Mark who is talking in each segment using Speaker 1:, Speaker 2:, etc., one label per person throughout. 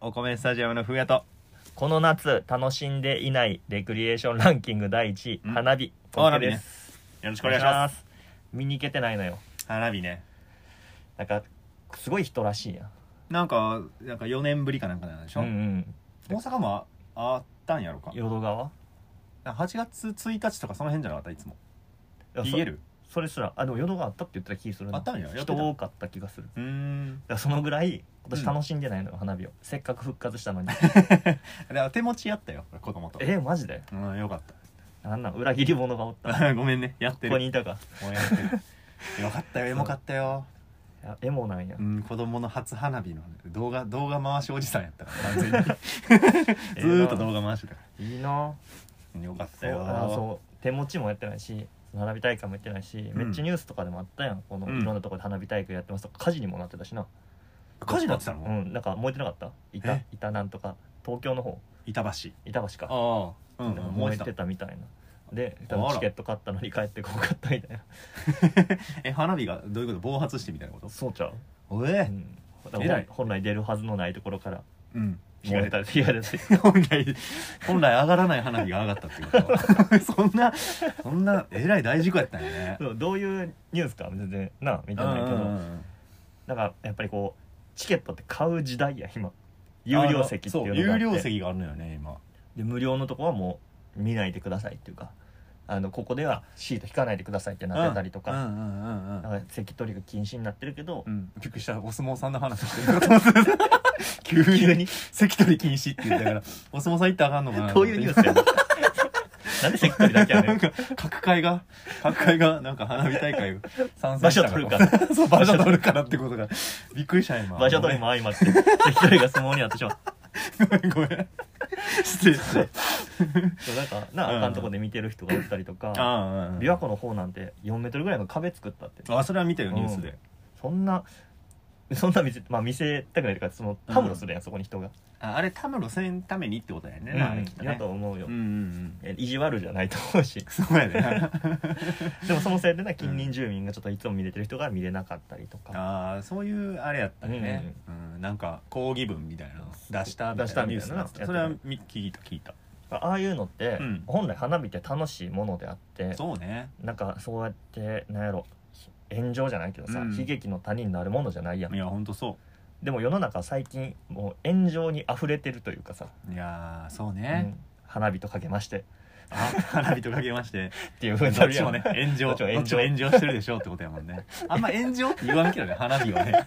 Speaker 1: お米スタジアムの風やと
Speaker 2: この夏楽しんでいないレクリエーションランキング第1位
Speaker 1: うん
Speaker 2: 花火
Speaker 1: あ
Speaker 2: お
Speaker 1: 花火ね
Speaker 2: です
Speaker 1: よろしくお願いします
Speaker 2: す見に行けてないのよ
Speaker 1: 花火ね
Speaker 2: なんかすごい人らしいやん
Speaker 1: なんかなんか4年ぶりかなんかなんでしょ、
Speaker 2: うんうん
Speaker 1: 大阪もああったんやろか
Speaker 2: 淀川
Speaker 1: 8月1日とかその辺じゃなかったいつも
Speaker 2: いやそ
Speaker 1: 言える
Speaker 2: それすらあでも淀川あったって言ってた気するな
Speaker 1: あったんややってた
Speaker 2: 人多かった気がする
Speaker 1: うーん
Speaker 2: だからそのぐらい
Speaker 1: う
Speaker 2: 今
Speaker 1: ん
Speaker 2: 年楽しんでないのよ、花火をせっかく復活した のに
Speaker 1: だから手持ちやったよ子供と
Speaker 2: えマジで
Speaker 1: うんよかっ
Speaker 2: なんなん裏切り者が おったこ
Speaker 1: たごめんねやってる
Speaker 2: こにいたか
Speaker 1: もうやって るよかったよエモかったよ
Speaker 2: いやエモなんや
Speaker 1: うん子供の初花火の動画動画回しおじさんやったから 完全にずーっと動画回してたか
Speaker 2: いいな
Speaker 1: らよかった
Speaker 2: そう
Speaker 1: よ
Speaker 2: あそう手持ちもやってないし花火大会もやってないし、めっちゃニュースとかでもあったやんこの
Speaker 1: うん
Speaker 2: いろんなところで花火大会やってますとか火事にもなってたしな
Speaker 1: 火事になってたの、
Speaker 2: うんなんか燃えてなかった板
Speaker 1: え
Speaker 2: 板なんとか東京の方
Speaker 1: 板橋
Speaker 2: 板橋か
Speaker 1: ああうん
Speaker 2: なんか
Speaker 1: 燃
Speaker 2: 燃
Speaker 1: え
Speaker 2: え
Speaker 1: て
Speaker 2: て
Speaker 1: た
Speaker 2: たみたいなで
Speaker 1: あら
Speaker 2: チケット買ったのに帰ってこんかったみたいな
Speaker 1: え花火がどういうこと暴発してみたいなこと
Speaker 2: そうちゃう、
Speaker 1: お
Speaker 2: う
Speaker 1: え
Speaker 2: ん、
Speaker 1: えらい
Speaker 2: 本来出るはずのないところから
Speaker 1: うん
Speaker 2: 燃えた火が出て
Speaker 1: 本来本来上がらない花火が上がったっていうこと そんなそんなえらい大事故やったんやね
Speaker 2: そうどういうニュースか全然なあ見てないけどなんかやっぱりこうチケットって買う時代や今有料席っていうのがあ
Speaker 1: が
Speaker 2: って
Speaker 1: 有料席があるのよね今
Speaker 2: で無料のとこはもう見ないでくださいっていうかあのここではシート引かないでくださいってなってたりとか,、
Speaker 1: うんうんうんうん
Speaker 2: なんか席取りが禁止になってるけど、
Speaker 1: うんびっくりしたお相撲さんの話してるかと思 ってた急
Speaker 2: 急
Speaker 1: に
Speaker 2: に
Speaker 1: 関取禁止って言ったからお相撲さん行ったらあかんのかなと
Speaker 2: ど
Speaker 1: 思っ
Speaker 2: う
Speaker 1: て
Speaker 2: いうニュースやねんなんで席取りだけやね
Speaker 1: なん
Speaker 2: ん
Speaker 1: か各界が各界がなんか花火大会を参戦
Speaker 2: 場
Speaker 1: した
Speaker 2: 所取るからら
Speaker 1: そう場所取るからってことがびっくりした今
Speaker 2: 場所取りも相まって席取りが相撲になってしまう
Speaker 1: ごめんごめん失礼して
Speaker 2: そうなんかな
Speaker 1: うん
Speaker 2: あかんとこで見てる人がおったりとか
Speaker 1: ああ
Speaker 2: 琵琶湖の方なんて4メートルぐらいの壁作ったって
Speaker 1: あそれは見たよニュースで
Speaker 2: そんなそんな見せ,、まあ、見せたくないというかそのたむろするやん、そこに人が、
Speaker 1: ああれたむろせんためにってことだよね
Speaker 2: うん
Speaker 1: まああれきっとね
Speaker 2: やと思うよ、
Speaker 1: うんうんうん
Speaker 2: え意地悪じゃないと思うし
Speaker 1: そうやね
Speaker 2: でもそのせいでな近隣住民がちょっといつも見れてる人が見れなかったりとか、
Speaker 1: ああそういうあれやったねうんなんか抗議文みたいなの出したみた
Speaker 2: 出し
Speaker 1: いな
Speaker 2: た
Speaker 1: ニュー
Speaker 2: みた
Speaker 1: ス
Speaker 2: い
Speaker 1: に
Speaker 2: な
Speaker 1: な
Speaker 2: の
Speaker 1: ってたそれはみ聞いた聞いた
Speaker 2: ああいうのって、
Speaker 1: うん
Speaker 2: 本来花火って楽しいものであって
Speaker 1: そうね
Speaker 2: なんかそうやってなんやろ炎上じゃないけどさ、
Speaker 1: うん
Speaker 2: 悲劇の谷になるものじゃないやん
Speaker 1: いやほんとそ
Speaker 2: でも世の中最近もう炎上に溢れてるというかさ、
Speaker 1: ういやーそう
Speaker 2: う
Speaker 1: ね
Speaker 2: ん花火とかけまして
Speaker 1: あ花火とかけまして
Speaker 2: っていうふうに
Speaker 1: ど
Speaker 2: な
Speaker 1: っ
Speaker 2: る
Speaker 1: ち
Speaker 2: やん
Speaker 1: もね炎上
Speaker 2: ど
Speaker 1: ど
Speaker 2: っ
Speaker 1: っ
Speaker 2: ち
Speaker 1: ち
Speaker 2: も
Speaker 1: も
Speaker 2: 炎上
Speaker 1: 炎上してるでしょってことやもんねあんま炎上って言わんけ どね花火はね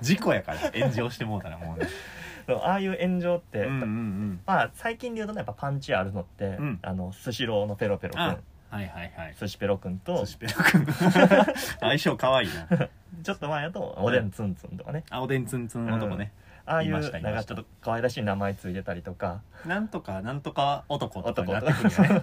Speaker 1: 事故やから炎上してもうたらもうね
Speaker 2: そうああいう炎上って、
Speaker 1: うんうんうん
Speaker 2: まあ最近で言うとねやっぱパンチあるのって、
Speaker 1: ん
Speaker 2: あのスシローのペロペロく
Speaker 1: あ
Speaker 2: ん
Speaker 1: はいはいはい
Speaker 2: 寿司ペロくんと
Speaker 1: 寿司ペロ君相性可愛い な
Speaker 2: ちょっと前やとおでんツンツンとかね、
Speaker 1: 青でんツンツン男ね、
Speaker 2: ああいう
Speaker 1: い
Speaker 2: な
Speaker 1: ま
Speaker 2: ん
Speaker 1: したいま
Speaker 2: か
Speaker 1: し
Speaker 2: ち
Speaker 1: た
Speaker 2: ょっと可愛らしい名前ついてたりとか
Speaker 1: なんとかなんとか男とか
Speaker 2: 男
Speaker 1: に
Speaker 2: と
Speaker 1: な
Speaker 2: か
Speaker 1: っ
Speaker 2: ね
Speaker 1: てくるよね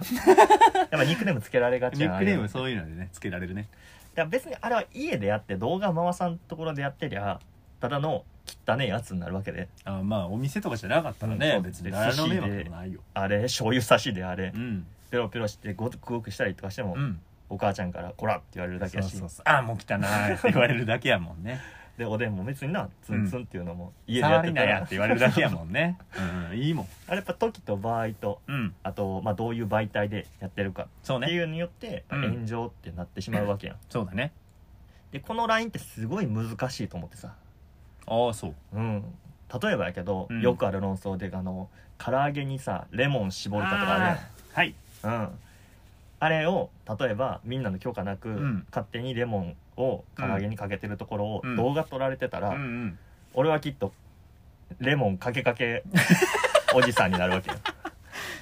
Speaker 2: やっぱニックネームつけられがち
Speaker 1: ニ
Speaker 2: やん
Speaker 1: ックネー
Speaker 2: ああいうの
Speaker 1: ム
Speaker 2: だか
Speaker 1: そういうのでねつけられるね
Speaker 2: ら別にあれは家でやって動画回さんところでやってりゃただの汚ねえやつになるわけで
Speaker 1: あまあお店とかじゃなかったら
Speaker 2: うん
Speaker 1: ね、
Speaker 2: そう
Speaker 1: 別に
Speaker 2: で
Speaker 1: 誰の迷
Speaker 2: 寿
Speaker 1: 惑
Speaker 2: 司で
Speaker 1: もないよ
Speaker 2: あれ醤油差しであれ、
Speaker 1: うん
Speaker 2: ペロペロしてごくごくしたりとかしても、
Speaker 1: うん
Speaker 2: お母ちゃんから「こら!」って言われるだけ
Speaker 1: そう
Speaker 2: やし
Speaker 1: そうそうああもう汚いって言われるだけやもんね
Speaker 2: でおでんも別になツンツンっていうのも家でや
Speaker 1: 触
Speaker 2: って
Speaker 1: り
Speaker 2: た
Speaker 1: な
Speaker 2: ら、
Speaker 1: やって言われるだけやもん ねうん、いいもん
Speaker 2: あれやっぱ時と場合と
Speaker 1: うん
Speaker 2: あと、まあ、どういう媒体でやってるか
Speaker 1: そう
Speaker 2: って
Speaker 1: ね
Speaker 2: いうのによって、
Speaker 1: うん
Speaker 2: 炎上ってなってしまうわけやん、
Speaker 1: そうだね
Speaker 2: でこのラインってすごい難しいと思ってさ、
Speaker 1: ああそう
Speaker 2: うん、例えばやけど、
Speaker 1: うん
Speaker 2: よくある論争であの唐揚げにさレモン絞りたとかあるやん
Speaker 1: はい
Speaker 2: うん、あれを例えばみんなの許可なく、
Speaker 1: ん
Speaker 2: 勝手にレモンを唐揚げにかけてるところを
Speaker 1: うん
Speaker 2: 動画撮られてたら、
Speaker 1: うんうん
Speaker 2: 俺はきっとレモンかけ かけおじさんになるわけよ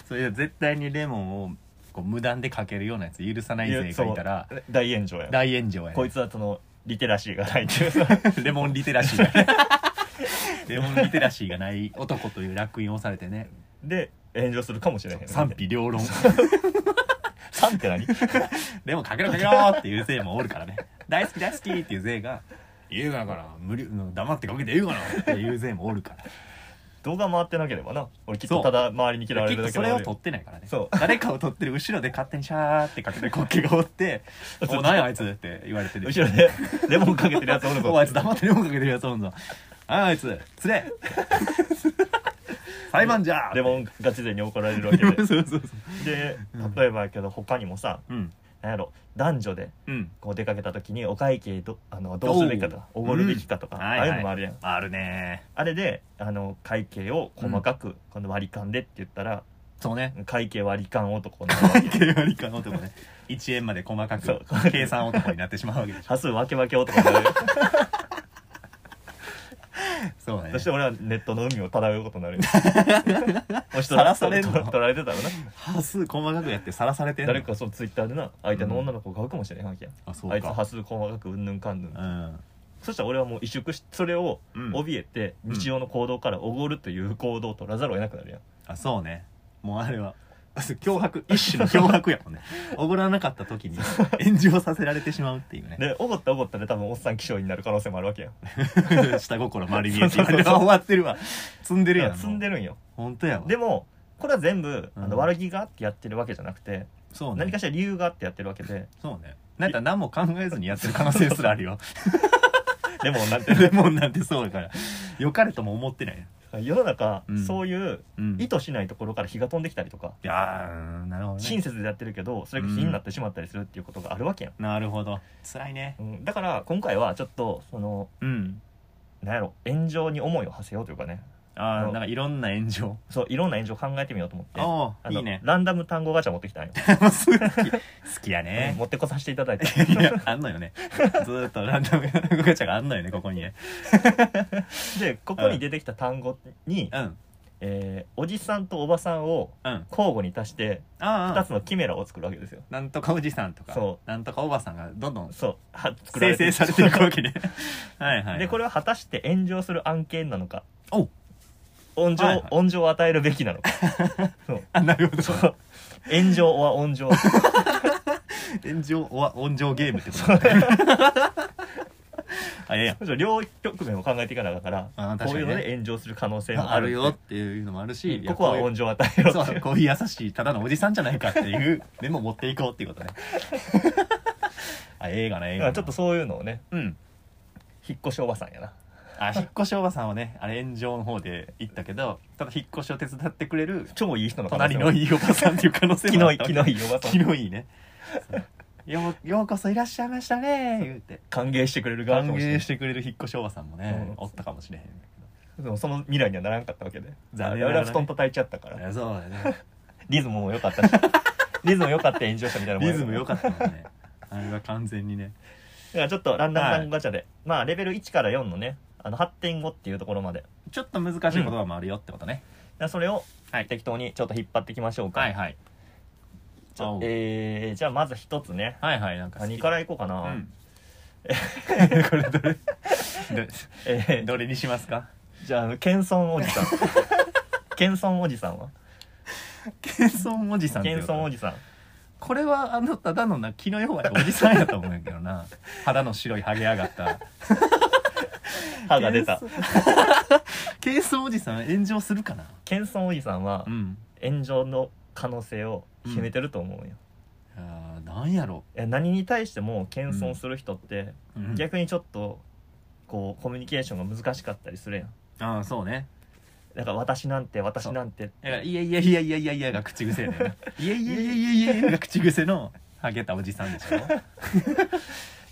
Speaker 1: それじゃ絶対にレモンをこう無断でかけるようなやつ許さない勢がいたら
Speaker 2: そう大炎上やん
Speaker 1: 大炎上やね
Speaker 2: こいつはそのリテラシーがないって いうさ
Speaker 1: レモンリテラシーが レモンリテラシーがない男という烙印をされてね
Speaker 2: で炎上するかもしれへん
Speaker 1: 賛否両 論
Speaker 2: 賛って何
Speaker 1: レモンかけろかけろっていう勢もおるからね 大好き大好きっていう勢が言うがなから無理うん黙ってかけて言うがなっていう勢もおるから
Speaker 2: 動画回ってなければな俺きっ
Speaker 1: そう
Speaker 2: とただ周りに嫌わ
Speaker 1: き
Speaker 2: れ
Speaker 1: っ
Speaker 2: る
Speaker 1: と
Speaker 2: だけ
Speaker 1: そ
Speaker 2: の
Speaker 1: れを
Speaker 2: 俺
Speaker 1: 撮ってないからね
Speaker 2: そ
Speaker 1: 誰かを撮ってる後ろで勝手にシャーってかけてコッケがお って「お何やあいつ」って言われて
Speaker 2: う
Speaker 1: る
Speaker 2: 後ろでレモンかけてるやつおる
Speaker 1: おいあい
Speaker 2: ぞ
Speaker 1: つ黙ってレモンかけてるやつおんぞああいつつ れ裁判じゃ
Speaker 2: レモンガチ勢に怒られるわけ
Speaker 1: そうそうそう
Speaker 2: で
Speaker 1: うん
Speaker 2: で例えばやけど他にもさ
Speaker 1: うん
Speaker 2: なんやろ男女で
Speaker 1: うん
Speaker 2: こう出かけた時にお会計どあのどうすべきかとか
Speaker 1: おう
Speaker 2: おごるべきかとか、
Speaker 1: うん
Speaker 2: ああいうのもあるやん、
Speaker 1: あるね
Speaker 2: あれであの会計を細かく、この割り勘でって言ったら
Speaker 1: そうね
Speaker 2: 会計割り勘男になるわけ
Speaker 1: 計割り勘男ね1円まで細か
Speaker 2: そう
Speaker 1: く計算男になってしまうわけでしょ
Speaker 2: 多数わけわけ男になる
Speaker 1: そうね
Speaker 2: そして俺はネットの海を漂うことになるよもし
Speaker 1: さらされんの
Speaker 2: 取取られてたらな
Speaker 1: 端数細かくやってさらされてんの
Speaker 2: 誰かそのツイッターでな相手の女の子を買うかもしれないわけやん、
Speaker 1: あそうか
Speaker 2: あいつ端数細かくうんぬんかんぬん、
Speaker 1: うん
Speaker 2: そしたら俺はもう萎縮しそれを
Speaker 1: うん
Speaker 2: 怯えて
Speaker 1: うん
Speaker 2: 日常の行動からおごるという行動を取らざるを得なくなるやん、
Speaker 1: あそうねもうあれ は脅迫一種の脅迫やもんねおごらなかった時に炎上させられてしまうって いうね
Speaker 2: でおごったおごったで多分おっさん気象になる可能性もあるわけやん
Speaker 1: 下心丸見えって言わ
Speaker 2: そうそ
Speaker 1: れ
Speaker 2: う
Speaker 1: て
Speaker 2: そう
Speaker 1: 終わってるわ積んでるやん
Speaker 2: 積んで
Speaker 1: る
Speaker 2: るんよ
Speaker 1: 本当やわ
Speaker 2: でもこれは全部あ
Speaker 1: う
Speaker 2: の
Speaker 1: ん
Speaker 2: 悪気があってやってるわけじゃなくて、
Speaker 1: そうね
Speaker 2: 何かしら理由があってやってるわけで
Speaker 1: そうねなんか何も考えずにやってる可能性すらある よ
Speaker 2: でもなんて
Speaker 1: レモンなんてそうだから良かれとも思ってない
Speaker 2: 世の中、
Speaker 1: うん
Speaker 2: そういう
Speaker 1: うん
Speaker 2: 意図しないところから火が飛んできたりとか、
Speaker 1: いやーなるほどね
Speaker 2: 親切でやってるけどそれが火になってしまったりするっていうことがあるわけやん、
Speaker 1: なるほど辛いね
Speaker 2: うんだから今回はちょっとその
Speaker 1: うん
Speaker 2: なんやろ炎上に思いを馳せようというかね
Speaker 1: あ
Speaker 2: う
Speaker 1: あ
Speaker 2: ん
Speaker 1: なんかいろんな炎上
Speaker 2: そういろんな炎上考えてみようと思って
Speaker 1: ああ
Speaker 2: あの
Speaker 1: いい ね
Speaker 2: ランダム単語ガチャ持ってきたんよ、
Speaker 1: 好き好きや
Speaker 2: う ん
Speaker 1: ね
Speaker 2: 持ってこさせていただいて
Speaker 1: いやあんのよねずーっとランダムガチャがあんのよねここにね
Speaker 2: でここに出てきた単語に、
Speaker 1: うん
Speaker 2: えーおじさんとおばさんを
Speaker 1: うん
Speaker 2: 交互に足して
Speaker 1: あ
Speaker 2: 2
Speaker 1: あ
Speaker 2: つのキメラを作るわけですよ
Speaker 1: なんとかおじさんとか
Speaker 2: そ
Speaker 1: なんとかおばさんがどんどん
Speaker 2: そうは作ら
Speaker 1: 生成
Speaker 2: れて
Speaker 1: されて いくわけねはいはい
Speaker 2: でこれは果たして炎上する案件なのか
Speaker 1: お
Speaker 2: 温情,、
Speaker 1: はいはい
Speaker 2: 温情を与えるべきな のかそう
Speaker 1: あなるほど
Speaker 2: そう炎上は温情
Speaker 1: 炎上は温情ゲームってことだ
Speaker 2: そう
Speaker 1: ね あいやいや
Speaker 2: 両局面を考えていかなあかんから
Speaker 1: あー確かにね
Speaker 2: こういうので炎上する可能性も
Speaker 1: あ
Speaker 2: あ
Speaker 1: る
Speaker 2: る
Speaker 1: よっていうのもあるし、いや
Speaker 2: ここは
Speaker 1: ういう
Speaker 2: 温情を与えろって
Speaker 1: そ
Speaker 2: いうう
Speaker 1: こういう優しいただのおじさんじゃないかっていうメモ持っていこうっていうことね あ映画ね映
Speaker 2: だか
Speaker 1: 画
Speaker 2: らちょっとそういうのをね
Speaker 1: うん
Speaker 2: 引っ越しおばさんやな
Speaker 1: あ引っ越しおばさんはねあれ炎上の方で行ったけどただ引っ越しを手伝ってくれる
Speaker 2: 超いい人の可能
Speaker 1: 隣
Speaker 2: 性も
Speaker 1: のいいおばさんっていう可能性
Speaker 2: 気
Speaker 1: も
Speaker 2: の
Speaker 1: あ
Speaker 2: い
Speaker 1: っ
Speaker 2: い
Speaker 1: たわ
Speaker 2: 気
Speaker 1: け
Speaker 2: のいいおばさ
Speaker 1: 気
Speaker 2: ん
Speaker 1: のいいねそうようようこそいらっしゃいましたね言うて
Speaker 2: 歓迎してくれる側か
Speaker 1: 歓
Speaker 2: もしれ
Speaker 1: 迎
Speaker 2: ん
Speaker 1: してくれる引っ越しおばさんもね、
Speaker 2: うん
Speaker 1: おったかもしれへんけ
Speaker 2: でもその未来にはならんかったわけで
Speaker 1: 残
Speaker 2: 俺
Speaker 1: 念ながらね
Speaker 2: は布団叩いちゃった か
Speaker 1: どい
Speaker 2: ら
Speaker 1: やそうだね
Speaker 2: リズムも良かったし リズム良かった炎上したみたいなもん
Speaker 1: リ
Speaker 2: や
Speaker 1: ズム良かったもんねあれは完全にね
Speaker 2: だからちょっとランダム単語ガチャで、まあレベル1から4のねあの8.5っていうところまでだか
Speaker 1: ちょっと難しい言葉もあるよってことね、
Speaker 2: らそれを
Speaker 1: はい
Speaker 2: 適当にちょっと引っ張っていきましょうか、
Speaker 1: はいはい
Speaker 2: ちょ
Speaker 1: おう
Speaker 2: えー、じゃあまず一つね
Speaker 1: はいはいなんか好き
Speaker 2: 何からいこうかな、
Speaker 1: うん、 これどれ ど
Speaker 2: え
Speaker 1: どれ にしますか
Speaker 2: ー、じゃああの謙遜お じさん謙遜おじさんは
Speaker 1: 謙遜おじさんっていう
Speaker 2: 謙
Speaker 1: こ
Speaker 2: 遜お
Speaker 1: と
Speaker 2: じさん
Speaker 1: これはあのただのな気の弱いおじさんやと思うんやけど な肌の白いハゲ上がった
Speaker 2: 歯が出た
Speaker 1: 謙謙遜おじさん炎上するかな
Speaker 2: 謙遜おじさんは
Speaker 1: うん
Speaker 2: 炎上の可能性を秘めてると思うよ、
Speaker 1: あーなんやろ、
Speaker 2: え何に対しても謙遜する人って、
Speaker 1: うん
Speaker 2: 逆にちょっとこうコミュニケーションが難しかったりするやん
Speaker 1: ああそうね
Speaker 2: だから私なんて私なんて
Speaker 1: だから「いやいやいやいやいやいや」が口癖やねんな「いやいやいやいやいやいや」が口癖のハゲたおじさんでしょ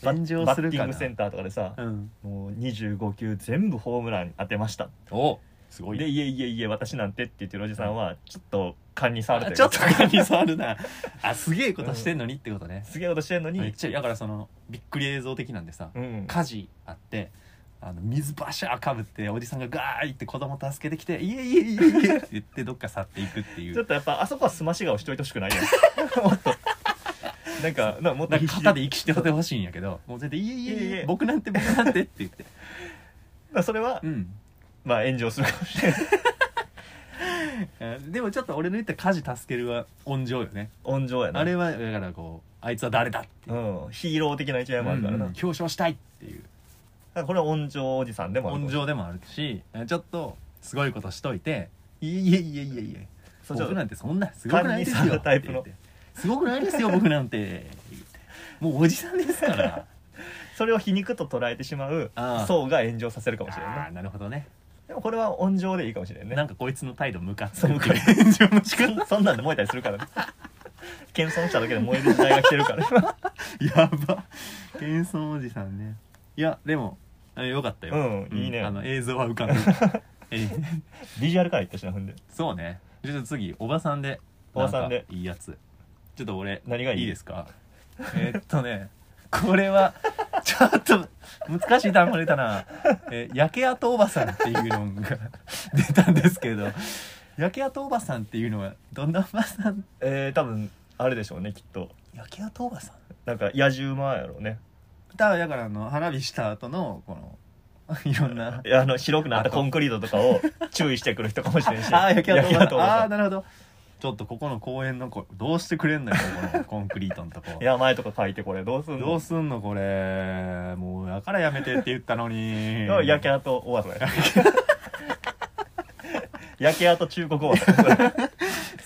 Speaker 2: バ
Speaker 1: 炎上する
Speaker 2: バッティ
Speaker 1: か
Speaker 2: ング
Speaker 1: な
Speaker 2: センターとかでさ、
Speaker 1: うん
Speaker 2: もう25球全部ホームラン当てました
Speaker 1: おすごい
Speaker 2: でいえいえいえ私なんてって言ってるおじさんはちょっと勘に触る
Speaker 1: あ
Speaker 2: という
Speaker 1: ちょ
Speaker 2: か
Speaker 1: っと蚊に触るなあすげえことしてんのにってことね、
Speaker 2: すげえことしてんのに、
Speaker 1: めっちゃだからそのびっくり映像的なんでさ、
Speaker 2: うん、
Speaker 1: 火事あってあの水バシャーかぶっておじさんがガーイって子供助けてき て「いえいえいえいえ」って言ってどっか去っていくってい
Speaker 2: ちょっ
Speaker 1: う
Speaker 2: とやっぱあそこはすまし顔しといてほしくないや んもっとなんかなもっと
Speaker 1: なんか肩で息しててほしいんやけどもう全然「いえいえい
Speaker 2: いえい
Speaker 1: え
Speaker 2: え
Speaker 1: 僕なんて僕なんて」って言って
Speaker 2: まあそれは、
Speaker 1: うん
Speaker 2: まあ炎上するかもしれない
Speaker 1: えーでもちょっと俺の言った火事助けるは温情よね
Speaker 2: 温情やな
Speaker 1: あれはだからこうあいつは誰だって
Speaker 2: う、
Speaker 1: いうん
Speaker 2: ヒーロー的な一面もあるからな、
Speaker 1: うん表彰したいっていう
Speaker 2: だからこれは温情おじさんでもある
Speaker 1: 温情でもあるしちょっとすごいことしといて「いえいえいえいえいえ
Speaker 2: そうちょ
Speaker 1: 僕
Speaker 2: っと
Speaker 1: なんてそんなすごくないです
Speaker 2: 管理され
Speaker 1: よ」
Speaker 2: るタイプの
Speaker 1: って言ってすごくないですよ僕なんて」言ってもうおじさんですから
Speaker 2: それを皮肉と捉えてしまう
Speaker 1: あー
Speaker 2: 層が炎上させるかもしれん
Speaker 1: あ
Speaker 2: な
Speaker 1: あなるほどね
Speaker 2: でもこれは温情でいいかもしれんね
Speaker 1: なんかこいつの態度ムカつ
Speaker 2: そう
Speaker 1: く
Speaker 2: ムカつ
Speaker 1: 炎上の仕方
Speaker 2: そそんなんで燃えたりするからね謙遜しただけで燃える時代が来てるから 今
Speaker 1: やば謙遜おじさんねいやでもあよかったよ
Speaker 2: うんいいね
Speaker 1: あの映像は浮 かんでるえー
Speaker 2: ビジュアルからいったしなほんで
Speaker 1: そうねちょっと次おばさんで
Speaker 2: おばさんで
Speaker 1: なんかいいやつちょっと俺
Speaker 2: 何がいい
Speaker 1: いいですかえーっとねこれはちょっと難しい単語出たな、えー焼け跡おばさんっていうのが 出たんですけど焼け跡おばさんっていうのはどんなおばさん
Speaker 2: えー、多分あれでしょうねきっと
Speaker 1: 焼け跡おばさん
Speaker 2: なんか野獣馬やろうね
Speaker 1: だからだからあの花火した後のこのいろんな
Speaker 2: あの白くなったコンクリートとかを注意してくる人かもしれん し
Speaker 1: ああ焼け跡おばさん
Speaker 2: おば
Speaker 1: あ
Speaker 2: さ
Speaker 1: あーなるほどちょっとここの公園のこどうしてくれんのよここのコンクリートのとこ
Speaker 2: んいや前とか書いてこれどうすんの
Speaker 1: どうすんのこれもうやからやめてって言ったのに
Speaker 2: 焼け跡おばさん や焼け跡中国おばさん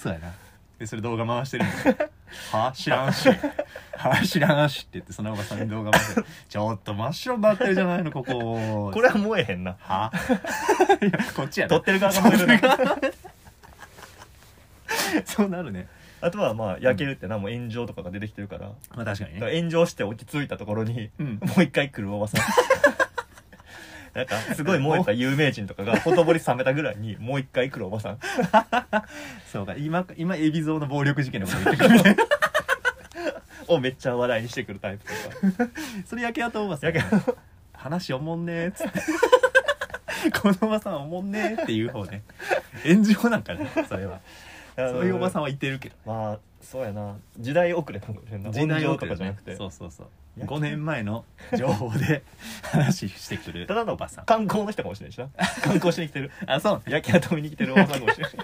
Speaker 1: そうやなでそれ動画回してるんだよ は知らんし は知らんしって言ってそのおばさんに動画回して ちょっと真っ白になってるじゃないのここ
Speaker 2: これは燃えへん な
Speaker 1: はいやこっちやな
Speaker 2: 撮ってる側が燃えるな
Speaker 1: そうなるね
Speaker 2: あとはまあ焼けるってなもう炎上とかが出てきてるから
Speaker 1: まあ確かに
Speaker 2: だか
Speaker 1: ね
Speaker 2: ら炎上して落ち着いたところに
Speaker 1: うん
Speaker 2: もう一回来るおばさ んなんかすごい燃えた有名人とかがほとぼり冷めたぐらいにもう一回来るおばさん
Speaker 1: そうか今今海老蔵の暴力事件のこと言ってくるね
Speaker 2: をめっちゃ話題にしてくるタイプとか
Speaker 1: それ焼け跡おばさん
Speaker 2: や
Speaker 1: や
Speaker 2: け
Speaker 1: な
Speaker 2: ど
Speaker 1: 話おもんねーっ つってこのおばさんおもんねーっていう方ね炎上なんかねそれはそういうおばさん
Speaker 2: ん
Speaker 1: はいてるけど
Speaker 2: まあそうやな時代遅れかもしれんな
Speaker 1: 時代
Speaker 2: 炎上
Speaker 1: 遅
Speaker 2: と
Speaker 1: れ
Speaker 2: かじ
Speaker 1: だ
Speaker 2: ゃ
Speaker 1: ね
Speaker 2: なくて
Speaker 1: そうそうそう
Speaker 2: 焼き
Speaker 1: 5年前の情報で話してくる
Speaker 2: ただの
Speaker 1: おばさん
Speaker 2: 観光の人かもしれんしな 観光しに来てる
Speaker 1: あそうね
Speaker 2: 焼き跡見に来てるおばさんかもしれんし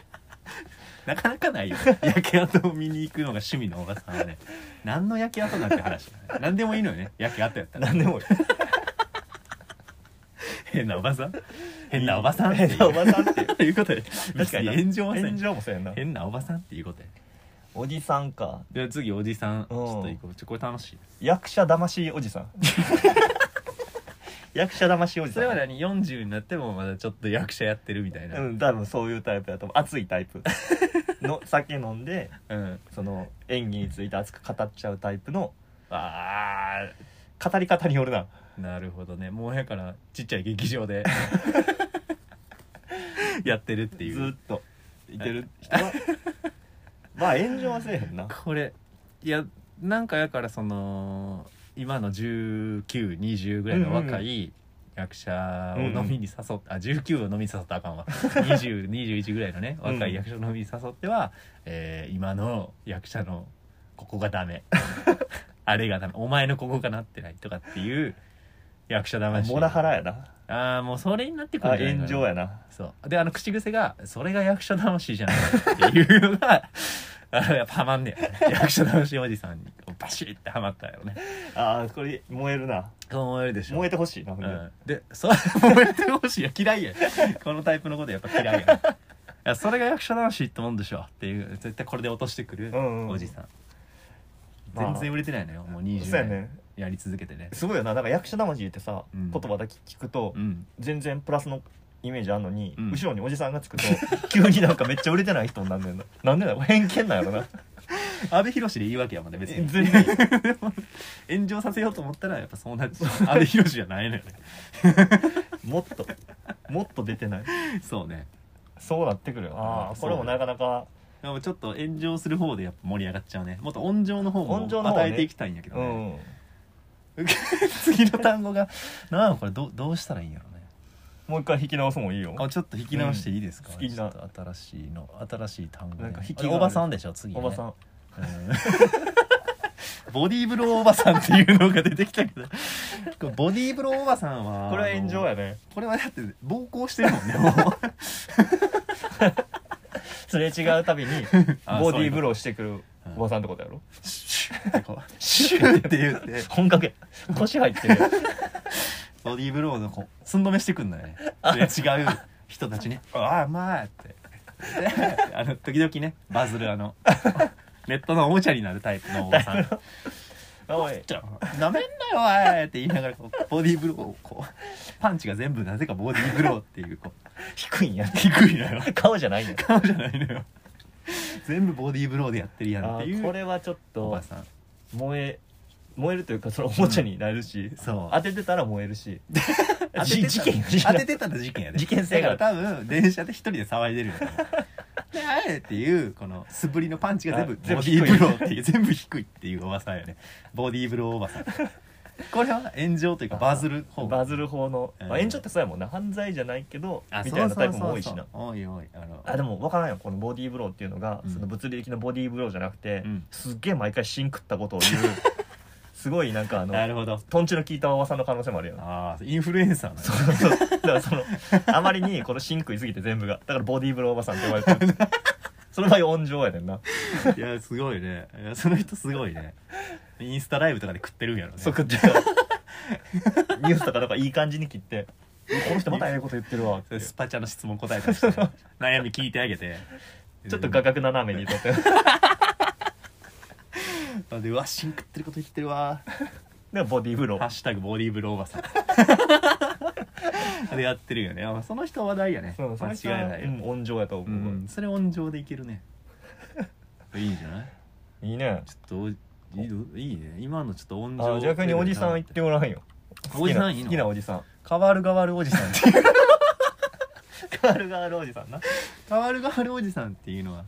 Speaker 1: なかなかない よ焼け跡を見に行くのが趣味のおばさんはね何の焼け跡なんて話何でもいいのよね焼け跡やったら
Speaker 2: 何でもいい
Speaker 1: 変なおばさん変なおばさんっていう
Speaker 2: 変 なおばさんっていう
Speaker 1: ということで
Speaker 2: 確かにな
Speaker 1: 別炎上はせん
Speaker 2: 炎上もそうやんな
Speaker 1: 変なおばさんっていうことや
Speaker 2: おじさんか
Speaker 1: では次おじさんちょっと行こうちょこれ楽しい
Speaker 2: 役者魂お じさん役者魂おじさ
Speaker 1: そ
Speaker 2: ん
Speaker 1: れは何40になってもまだちょっと役者やってるみたいな
Speaker 2: うん多分そういうタイプだと思う熱いタイプの酒飲んで
Speaker 1: うん
Speaker 2: その演技について熱く語っちゃうタイプの
Speaker 1: ああ
Speaker 2: 語り方によるな
Speaker 1: なるほどねもうやからちっちゃい劇場で やってるってい
Speaker 2: ずー
Speaker 1: う
Speaker 2: っといてる人はまあ炎上はせえへんな
Speaker 1: これいやなんかやからその今の1920ぐらいの若い役者を飲みに誘って、あ19を飲みに誘ったらあかんわ 2021ぐらいのね若い役者を飲みに誘っては、えー今の役者のここがダ メあれがダメお前のここがなってないとかっていう役者魂
Speaker 2: モラハラやな
Speaker 1: ああもうそれになってくる
Speaker 2: あ
Speaker 1: んじゃないか
Speaker 2: 炎
Speaker 1: な
Speaker 2: 上やな
Speaker 1: そうであの口癖が「それが役者魂じゃない」っていうの があのやっぱハマんねや役者魂おじさんにこうバシッてハマったよね
Speaker 2: あーこれ燃えるな
Speaker 1: そう思えるでしょ
Speaker 2: 燃えてほしいなほんで、
Speaker 1: うん、でそれ燃えてほしいや嫌いやこのタイプのことやっぱ嫌 いやないやそれが役者魂ってもんでしょっていう絶対これで落としてくる
Speaker 2: うんうん
Speaker 1: おじさん、
Speaker 2: まあ
Speaker 1: 全然売れてないのよもう20
Speaker 2: そうや
Speaker 1: 年
Speaker 2: ね
Speaker 1: やり続けてね
Speaker 2: すごいよななんか役者魂ってさ、
Speaker 1: うん
Speaker 2: 言葉だけ聞くと、
Speaker 1: うん
Speaker 2: 全然プラスのイメージあんのに、
Speaker 1: うん
Speaker 2: 後ろにおじさんがつくと 急になんかめっちゃ売れてない人になんねんななん でだよ偏見なんやろな
Speaker 1: 阿部寛でいいわけやもんね別に
Speaker 2: 全然いい
Speaker 1: 炎上させようと思ったらやっぱそうなっちゃう阿部寛じゃないのよね
Speaker 2: もっともっと出てない
Speaker 1: そうね
Speaker 2: そうなってくるよあ
Speaker 1: あ
Speaker 2: あ
Speaker 1: ー
Speaker 2: これもなかなか
Speaker 1: でもちょっと炎上する方でやっぱ盛り上がっちゃうねもっと温情の方も
Speaker 2: 温情の方ね
Speaker 1: 与えていきたいんやけど
Speaker 2: う
Speaker 1: ね、
Speaker 2: ん
Speaker 1: 次の単語がなんかこれどうどうしたらいいんやろね
Speaker 2: もう一回引き直すもんいいよ
Speaker 1: あちょっと引き直していいですか、
Speaker 2: うん引き
Speaker 1: ちょ
Speaker 2: 直
Speaker 1: っと新しいの新しい単語ね、
Speaker 2: なんか引き
Speaker 1: あれおばさんでしょ次、ね、
Speaker 2: おばさん
Speaker 1: うんボディーブローおばさんっていうのが出てきたけどこれボディーブローおばさんは
Speaker 2: これは炎上
Speaker 1: あの
Speaker 2: やね
Speaker 1: これはだって暴行してるもんね もう
Speaker 2: すれ違うたびに
Speaker 1: あ
Speaker 2: ボディーブローしてくるおばさんってことやろ
Speaker 1: シュッてこうシュッて言って
Speaker 2: 本格や腰 入ってるやん
Speaker 1: ボディーブローのこう寸止めしてくんのよねで違う人たちね「ああまあ」ってであの時々ねバズるあのネットのおもちゃになるタイプのおばさん
Speaker 2: おい
Speaker 1: ちょなめんなよおい!」って言いながらこうボディーブローをこうパンチが全部なぜかボディーブローっていうこう
Speaker 2: 低いんや
Speaker 1: 低いのよ
Speaker 2: 顔じゃないんや
Speaker 1: 顔じゃないのよ全部ボディーブローでやってるやんっ
Speaker 2: あ
Speaker 1: てい
Speaker 2: ーこ
Speaker 1: う
Speaker 2: れはちょっ
Speaker 1: お
Speaker 2: と
Speaker 1: ばさん
Speaker 2: 燃え燃えるというかそのおもちゃになるし、
Speaker 1: そう
Speaker 2: 当ててたら燃える し
Speaker 1: 当てて
Speaker 2: じ
Speaker 1: た
Speaker 2: 事件や
Speaker 1: 当ててたら事件やで
Speaker 2: 事件性がある
Speaker 1: だから多分電車で一人で騒いでるん だと思うであえっていうこの素振りのパンチが全部
Speaker 2: あ全
Speaker 1: ボ
Speaker 2: 部
Speaker 1: デ
Speaker 2: 低い
Speaker 1: ィーブローっていう全部低いっていうおばさんやねボディーブローおばさんこれは炎上というかバズる方
Speaker 2: バズる方の、
Speaker 1: うん
Speaker 2: まあ、炎上ってそうやもんな犯罪じゃないけど
Speaker 1: あ
Speaker 2: み
Speaker 1: そう
Speaker 2: た
Speaker 1: そ
Speaker 2: い
Speaker 1: そう
Speaker 2: うなタイプ
Speaker 1: そう
Speaker 2: も多いしな
Speaker 1: 多い多いあの
Speaker 2: あでも分からんよこのボディーブローっていうのが、
Speaker 1: うん
Speaker 2: その物理的なボディーブローじゃなくて、
Speaker 1: うん
Speaker 2: すっげえ毎回シン食った ことを言うすごいなんかあ
Speaker 1: な
Speaker 2: の
Speaker 1: るほど
Speaker 2: とんちの効いたおばさんの可能性もあるよな
Speaker 1: ああインフルエンサーな
Speaker 2: そうそうだからそのあまりにこのシン食いすぎて全部がだからボディーブローおばさんって呼ばれて るその場合温情やねんない
Speaker 1: やすごいねいやその人すごいねインスタライブとかで食ってるんやろね
Speaker 2: そう 食ってニュースとかなんかいい感じに切ってこの人またええこと言ってるわっ
Speaker 1: そ
Speaker 2: て
Speaker 1: れ
Speaker 2: ち
Speaker 1: スパチャの質問答えたりして悩み聞いてあげて
Speaker 2: ょっと画角斜めにとって
Speaker 1: あでうわシン食ってること言ってるわ
Speaker 2: でボディーブロ
Speaker 1: ハッ
Speaker 2: ー
Speaker 1: シュタグボディーブローお ばさんあれやってるよねあその人話題やね
Speaker 2: そうそ
Speaker 1: 間
Speaker 2: れ
Speaker 1: 違
Speaker 2: 人はい
Speaker 1: ないよ
Speaker 2: うん、温情やと思
Speaker 1: う
Speaker 2: う、
Speaker 1: ん、それ温情でいけるねいいんじゃない
Speaker 2: いいね
Speaker 1: ちょっとおいいどいいね今のちょっと温
Speaker 2: あ
Speaker 1: 情
Speaker 2: 逆におじさん言ってもらわんよ
Speaker 1: おじさんいいの
Speaker 2: 好きなおじさん
Speaker 1: 変わる変わるおじさんっていう
Speaker 2: ガールガールおじさんな
Speaker 1: 変わる変わるおじさんっていうのは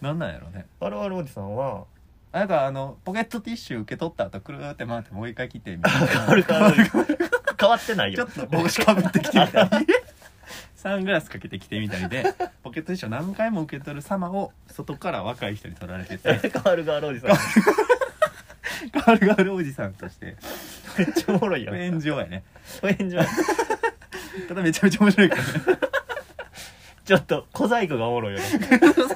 Speaker 1: なんなんやろうね
Speaker 2: ガールガールおじさんは
Speaker 1: なんかあのポケットティッシュ受け取った後くるーって回ってもう一回来てみたいな
Speaker 2: ガールガール変わってない
Speaker 1: ちょ
Speaker 2: よ
Speaker 1: っと帽子かぶってきてみたいサングラスかけてきてみたいでポケットティッシュを何回も受け取る様を外から若い人に取られてて
Speaker 2: ガールガールおじさん
Speaker 1: ガールガールおじさんとして
Speaker 2: めっちゃおもろいやん
Speaker 1: 炎上やね
Speaker 2: 炎上
Speaker 1: ただめちゃめちゃ面白いからね
Speaker 2: ちょっと小細工がおもろいよね
Speaker 1: そうそう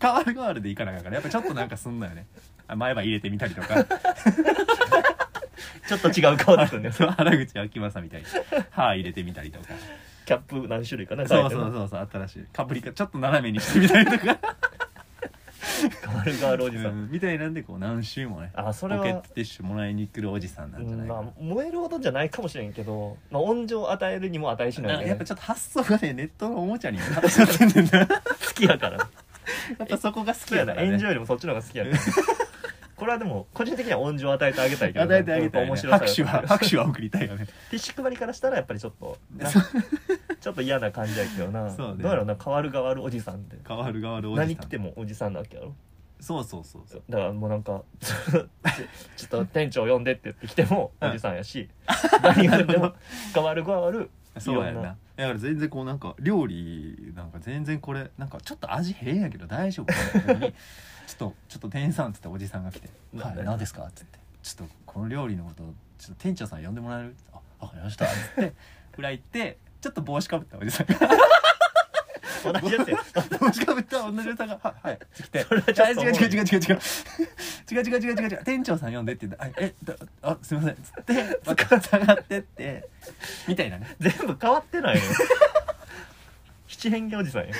Speaker 1: 変わる変わるでいかなあかんからやっぱちょっとなんかすんのよねあ前歯入れてみたりとか
Speaker 2: ちょっと違う顔ですよね
Speaker 1: そう原口あきまさみたいに歯入れてみたりとか
Speaker 2: キャップ何種類かな
Speaker 1: そうそうそうそう新しいかぶりかちょっと斜めにしてみたりとか、
Speaker 2: ガールガールおじさん、
Speaker 1: うんみたいなんでこう何周もね
Speaker 2: あそ
Speaker 1: ポケ
Speaker 2: れは
Speaker 1: ットティッシュもらいに来るおじさんなんじゃないかな
Speaker 2: まあ、燃えるほどじゃないかもしれんけど、まあ、温情を与えるにも値しない
Speaker 1: あ
Speaker 2: で、
Speaker 1: やっぱ
Speaker 2: ね、
Speaker 1: ちょっと発想がねネットのおもちゃに偏ってんねんな や
Speaker 2: 好きやから好
Speaker 1: っぱそこが好
Speaker 2: き
Speaker 1: き
Speaker 2: や
Speaker 1: や
Speaker 2: な、
Speaker 1: だ
Speaker 2: ね、炎上よりもそっちの方が好きや からこれはでも個人的には温情を与えてあげたいけどね、
Speaker 1: 与えてあげたい、ね、
Speaker 2: 面白さ
Speaker 1: 拍手は
Speaker 2: 拍
Speaker 1: 拍手は送りたいよね
Speaker 2: 手仕配りからしたらやっぱりちょっとな
Speaker 1: そ
Speaker 2: ちょっと嫌な感じやけどな
Speaker 1: そうね
Speaker 2: どうやろうな変わる変わるおじさんって
Speaker 1: 変わる変わるおじさん
Speaker 2: 何着てもおじさんなわけやろ
Speaker 1: そうそうそうそう
Speaker 2: だからもうなんか ちょっと店長呼んでって言ってきても
Speaker 1: うん
Speaker 2: おじさんやし何が でも変わる変わる
Speaker 1: そうや
Speaker 2: い
Speaker 1: ん
Speaker 2: ろん
Speaker 1: な
Speaker 2: な
Speaker 1: だから全然こうなんか料理なんか全然これなんかちょっと味変やけど大丈夫かな って時にちょっとちょっと店員さんっつっておじさんが来て「
Speaker 2: な
Speaker 1: はい何ですか?」っつって「ちょっとこの料理のことちょっと店長さん呼んでもらえる?」ってあわかりました」っつって裏行ってちょっと帽子かぶったおじさんが
Speaker 2: 同じやつや
Speaker 1: 帽子かぶった同じおじさんが「はいはい」って来て
Speaker 2: それはちょ
Speaker 1: 違
Speaker 2: っ
Speaker 1: う
Speaker 2: と
Speaker 1: 違う違う違う違う違う違う違う違う違う違う店長さん呼んでって言ってあ「えだあすいません」っつってまた下がってってみたいなね
Speaker 2: 全部変わってないのよ 七変化おじさんや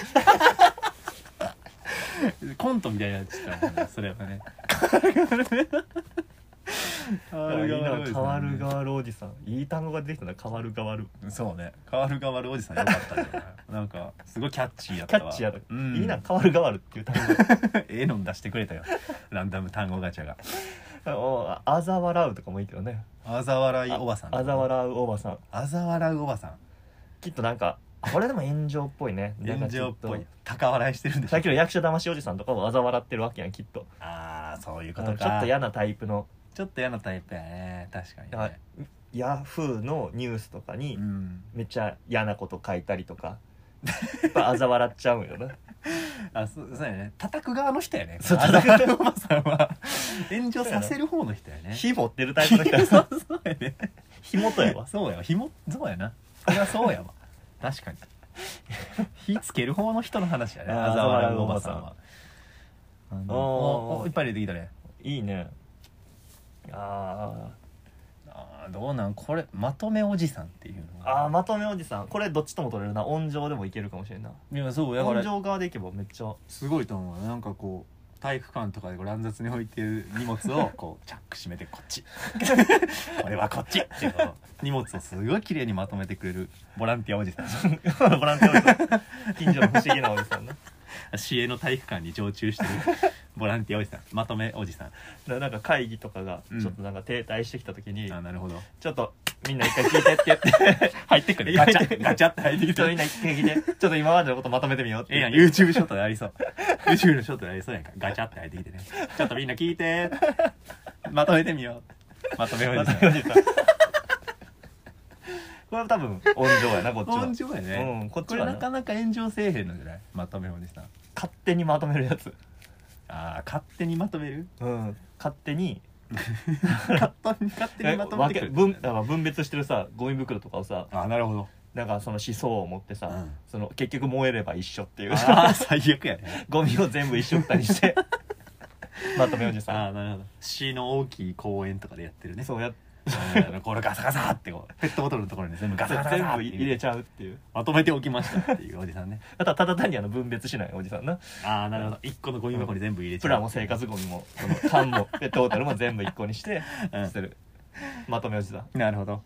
Speaker 1: コントみたいになっちゃったもんねそれは ね変わ
Speaker 2: いいな変わる
Speaker 1: 変
Speaker 2: 変わるおじさんいい単語が出てきたな変わる変わる
Speaker 1: そうね変わる変わるおじさんよかったねなんかすごいキャッチーやっ
Speaker 2: キ
Speaker 1: た
Speaker 2: ャ
Speaker 1: わ
Speaker 2: ッチやろ、
Speaker 1: うん、
Speaker 2: いいな変わる変わるっていう単
Speaker 1: ええのん出してくれたよランダム単語ガチャが
Speaker 2: 語 おあざ笑うとかもいいけどね
Speaker 1: あざ笑いおばさん
Speaker 2: あざ笑うおばさん
Speaker 1: あざ笑うおばさん
Speaker 2: きっとなんかこれでも炎上っぽいねなん
Speaker 1: 炎
Speaker 2: かちょ
Speaker 1: 上っ
Speaker 2: と
Speaker 1: ぽい高笑いしてるんでし
Speaker 2: さ
Speaker 1: ょ
Speaker 2: っきの役者騙しおじさんとかもあざ笑ってるわけやんきっと
Speaker 1: ああそういう
Speaker 2: あ
Speaker 1: こと
Speaker 2: の
Speaker 1: か
Speaker 2: ちょっと嫌なタイプの
Speaker 1: ちょっと嫌なタイプやね確かに、ね
Speaker 2: あヤフーのニュースとかに
Speaker 1: うん、
Speaker 2: めっちゃ嫌なこと書いたりとかやっぱあざ笑っちゃう んよな
Speaker 1: あそうそうやね叩く側の人やね
Speaker 2: そう
Speaker 1: あざ笑うおばさんは 炎上させる方の人やね
Speaker 2: 火持ってるタイプの人は
Speaker 1: そうそうやね
Speaker 2: 火元やわ
Speaker 1: そうやわひもそうやなそれはそうやわ確かに火つける方の人の話やね
Speaker 2: あー
Speaker 1: あざ笑うおばさんはあの
Speaker 2: おー
Speaker 1: おおいっぱい出てきたね
Speaker 2: いいねあ
Speaker 1: あーどうなんこれまとめおじさんっていう
Speaker 2: ー
Speaker 1: の
Speaker 2: あーまとめおじさんこれどっちとも取れるな温情でもいけるかもしれんない
Speaker 1: やそう
Speaker 2: な
Speaker 1: やか
Speaker 2: 温
Speaker 1: ら
Speaker 2: 情側でいけばめっちゃ
Speaker 1: すごいと思うなんかこう体育館とかでこう乱雑に置いてる荷物 をこうチャック閉めてこっち これはこっちっていうこう荷物をすごい綺麗にまとめてくれるボランティアおじ さん
Speaker 2: ボランティアおじさん近所の不思議なおじさんな
Speaker 1: 市営の体育館に常駐してるボランティアおじさんまとめおじさん
Speaker 2: ななんか会議とかがちょっとなんか停滞してきた時に、
Speaker 1: あなるほど
Speaker 2: ちょっとみんな一回聞いてって言って
Speaker 1: 入ってくるガチャ ガチャって入ってき
Speaker 2: ちょっとみ
Speaker 1: て
Speaker 2: んな一回聞い てちょっと今までのことまとめてみようって
Speaker 1: ええやん
Speaker 2: 言って
Speaker 1: YouTube ショットでありそう YouTube のショットでありそうやんかガチャって入ってきてねちょっとみんな聞い てまとめてみようまとめおじさん
Speaker 2: まとめおじさんこれは多分温情やな こっちは
Speaker 1: 温情やね、
Speaker 2: うんこっち
Speaker 1: れ
Speaker 2: はな
Speaker 1: なかなか炎上せえへんのじゃないまとめおじさん
Speaker 2: 勝手にまとめるやつ
Speaker 1: ああ勝手にまとめ る
Speaker 2: うん勝手に
Speaker 1: 勝手に勝手にまとめてく
Speaker 2: え
Speaker 1: る
Speaker 2: 分け分だから分別してるさゴミ袋とかをさ
Speaker 1: ああなるほど
Speaker 2: なんかその思想を持ってさ、
Speaker 1: うん
Speaker 2: その結局燃えれば一緒っていう
Speaker 1: ああ最悪やね
Speaker 2: ゴミを全部一緒くたに してまとめおじ
Speaker 1: あ
Speaker 2: さ
Speaker 1: あなるほど市の大きい公園とかでやってる
Speaker 2: ん
Speaker 1: ね
Speaker 2: そうや
Speaker 1: あのこれガサガサって こうペットボトルのところに全部ガサガサガ
Speaker 2: 全部
Speaker 1: サって
Speaker 2: 入れちゃうっていう
Speaker 1: まとめておきましたっていうおじさんね
Speaker 2: あとはただ単にあの分別しないおじさんな
Speaker 1: ああなるほど一個のゴミ箱に全部入れちゃう
Speaker 2: プラも生活ゴミもその 缶もペットボトルも全部一個にして捨てる、まとめおじさん
Speaker 1: なるほ ど、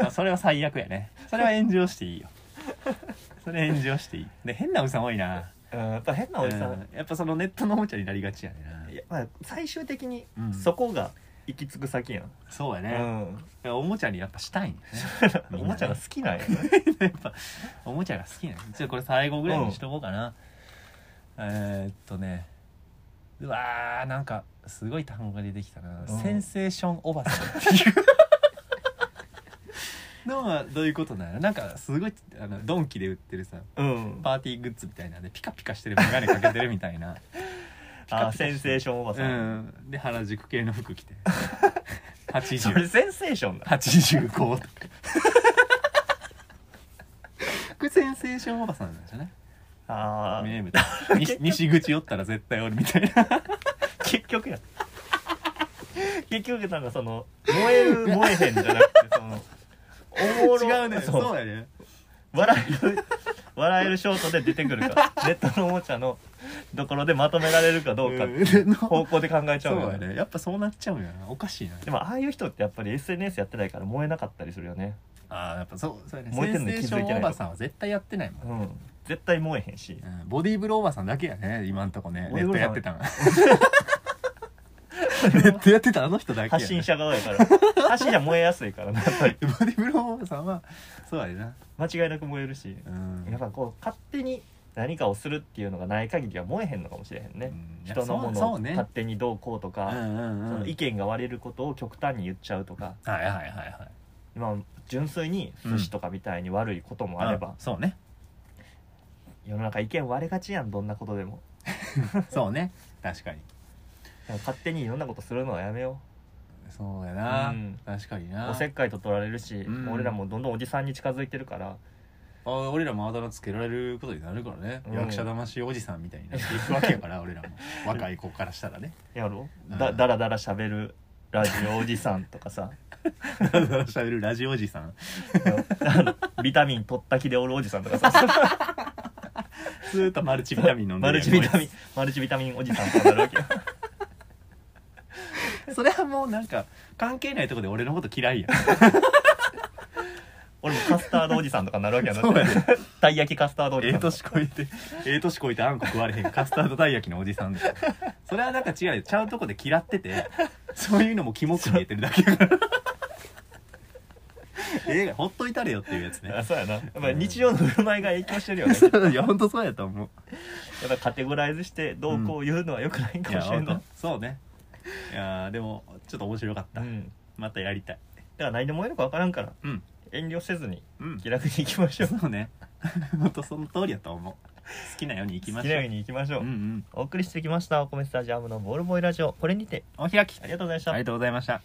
Speaker 1: まあ、それは最悪やねそれは炎上していいよそれ炎上していいで変なおじさん多いな
Speaker 2: うんやっぱ変なおじさん、
Speaker 1: うんやっぱそのネットのおもちゃになりがちやねんない
Speaker 2: やまあ、最終的に
Speaker 1: うん
Speaker 2: そこが行き着く先やん、
Speaker 1: そうや
Speaker 2: うん
Speaker 1: ね、おもちゃにやっぱしたいんだよね
Speaker 2: おもちゃが好きなんやな
Speaker 1: みんなねやっぱおもちゃが好きなんやちょっとこれ最後ぐらいにしとこうかな、えーっとねうわーなんかすごい単語が出てきたな、
Speaker 2: うん
Speaker 1: センセーションおば さんっていうのはどういうことなのなんかすごいあのドンキで売ってるさ
Speaker 2: うん
Speaker 1: パーティーグッズみたいなんでピカピカしてる眼鏡かけてるみたいな
Speaker 2: あーセンセーショ ンおば
Speaker 1: う
Speaker 2: さん、
Speaker 1: んで原宿系の服着 て
Speaker 2: そ
Speaker 1: 80
Speaker 2: れセンセーションだ
Speaker 1: 85とかこれセンセーションおばさんなんじゃない
Speaker 2: あー
Speaker 1: 名物 西西口寄ったら絶対おるみたいな
Speaker 2: 結局や結局なんかその燃える燃えへんじゃなくてそのおもろ
Speaker 1: 違うね そう
Speaker 2: う
Speaker 1: だね
Speaker 2: 笑える笑えるショートで出てくるかネットのおもちゃのところでまとめられるかどうかっていう
Speaker 1: うん
Speaker 2: 方向で考えちゃう
Speaker 1: そ
Speaker 2: よ
Speaker 1: う
Speaker 2: ね
Speaker 1: だねやっぱそうなっちゃうんやなおかしいな
Speaker 2: でもああいう人ってやっぱり SNS やってないから燃えなかったりするよね
Speaker 1: ああやっぱそうそうやね
Speaker 2: 燃え
Speaker 1: セ
Speaker 2: てん
Speaker 1: ン
Speaker 2: の
Speaker 1: セー
Speaker 2: 気づいて
Speaker 1: シ
Speaker 2: ない
Speaker 1: ョンおばさんは絶対やってないもん、
Speaker 2: うん絶対燃えへんし
Speaker 1: うんボディーブロおばさんだけやね今んとこね
Speaker 2: ボデ
Speaker 1: ネ
Speaker 2: ィー
Speaker 1: ッ
Speaker 2: ブ
Speaker 1: ト
Speaker 2: ロ
Speaker 1: や
Speaker 2: お
Speaker 1: って
Speaker 2: ばさ
Speaker 1: たん ネットやってたあの人だけや、ね、
Speaker 2: 発信者側やから発信者燃えやすいからねやっぱり
Speaker 1: ボディーブロおばさんはそうやねな
Speaker 2: 間違いなく燃えるし
Speaker 1: うん
Speaker 2: やっぱこう勝手に何かをするっていうのがない限りは燃えへんのかもしれへんね、
Speaker 1: うん
Speaker 2: 人のも
Speaker 1: そう
Speaker 2: の
Speaker 1: そ
Speaker 2: を
Speaker 1: うね
Speaker 2: 勝手にどうこうと
Speaker 1: う
Speaker 2: か、
Speaker 1: んうん
Speaker 2: そ
Speaker 1: うん
Speaker 2: の意見が割れることを極端に言っちゃうとか、
Speaker 1: はいはいはいはい
Speaker 2: まあ、純粋に寿司とかみたいに悪いこともあれば、
Speaker 1: そう ね
Speaker 2: 世の中意見割れがちやんどんなことでも
Speaker 1: そうね確かに
Speaker 2: だから勝手にいろんなことするのはやめよ
Speaker 1: そうやな、
Speaker 2: うん
Speaker 1: 確かに
Speaker 2: う
Speaker 1: な
Speaker 2: おせっかいと取られるし、
Speaker 1: うん
Speaker 2: 俺らもどんどんおじさんに近づいてるから
Speaker 1: あ俺らもあだ名つけられることになるからね、
Speaker 2: うん
Speaker 1: 役者魂おじさんみたいになっていくわけや から俺らも若い子からしたらね
Speaker 2: やろ、
Speaker 1: う
Speaker 2: だ
Speaker 1: ん
Speaker 2: だらだらしゃべるラジオおじさんと かさ
Speaker 1: 喋るラジオおじさん
Speaker 2: あのビタミン取った気でおるおじさんとかさ
Speaker 1: ずーっとマルチビタミン飲んで
Speaker 2: マルチビタミンマルチビタミンおじさんとかなる わけよ
Speaker 1: ンそれはもうなんか関係ないとこで俺のこと嫌いやん
Speaker 2: 俺もカスタードおじさんとかなるわけやな
Speaker 1: そうやね
Speaker 2: たい焼きカスタードお
Speaker 1: え
Speaker 2: じ
Speaker 1: え
Speaker 2: さんとか
Speaker 1: 年こいてええ年こいてあんこ食われへんカスタードたい焼きのおじさんでそれはなんか違うよちゃうとこで嫌っててそういうのもキモく見えてるだけやから ええほっといたれよっていうやつね
Speaker 2: あそうやなやっぱり日常の振る舞いが影響してる よね
Speaker 1: いやほんとそうやと思う
Speaker 2: やっぱカテゴライズしてどうこう言うのはよくない
Speaker 1: い
Speaker 2: かも
Speaker 1: や
Speaker 2: しれ
Speaker 1: 本
Speaker 2: ない、うん
Speaker 1: 当そうねいやーでもちょっと面白かった、またやりたい
Speaker 2: だから何でもええのか分からんから
Speaker 1: うん
Speaker 2: 遠慮せずに
Speaker 1: うん
Speaker 2: 気楽に行きましょう
Speaker 1: そうね 本当その通りやと思う好きなようにいき
Speaker 2: 好
Speaker 1: ま
Speaker 2: き
Speaker 1: し
Speaker 2: な
Speaker 1: ょ
Speaker 2: よ
Speaker 1: う
Speaker 2: うに行きましょう、
Speaker 1: うんうん
Speaker 2: お送りしてきましたお米スタジアムのボールボーイラジオこれにて
Speaker 1: お開き
Speaker 2: ありがとうございました
Speaker 1: ありがとうございました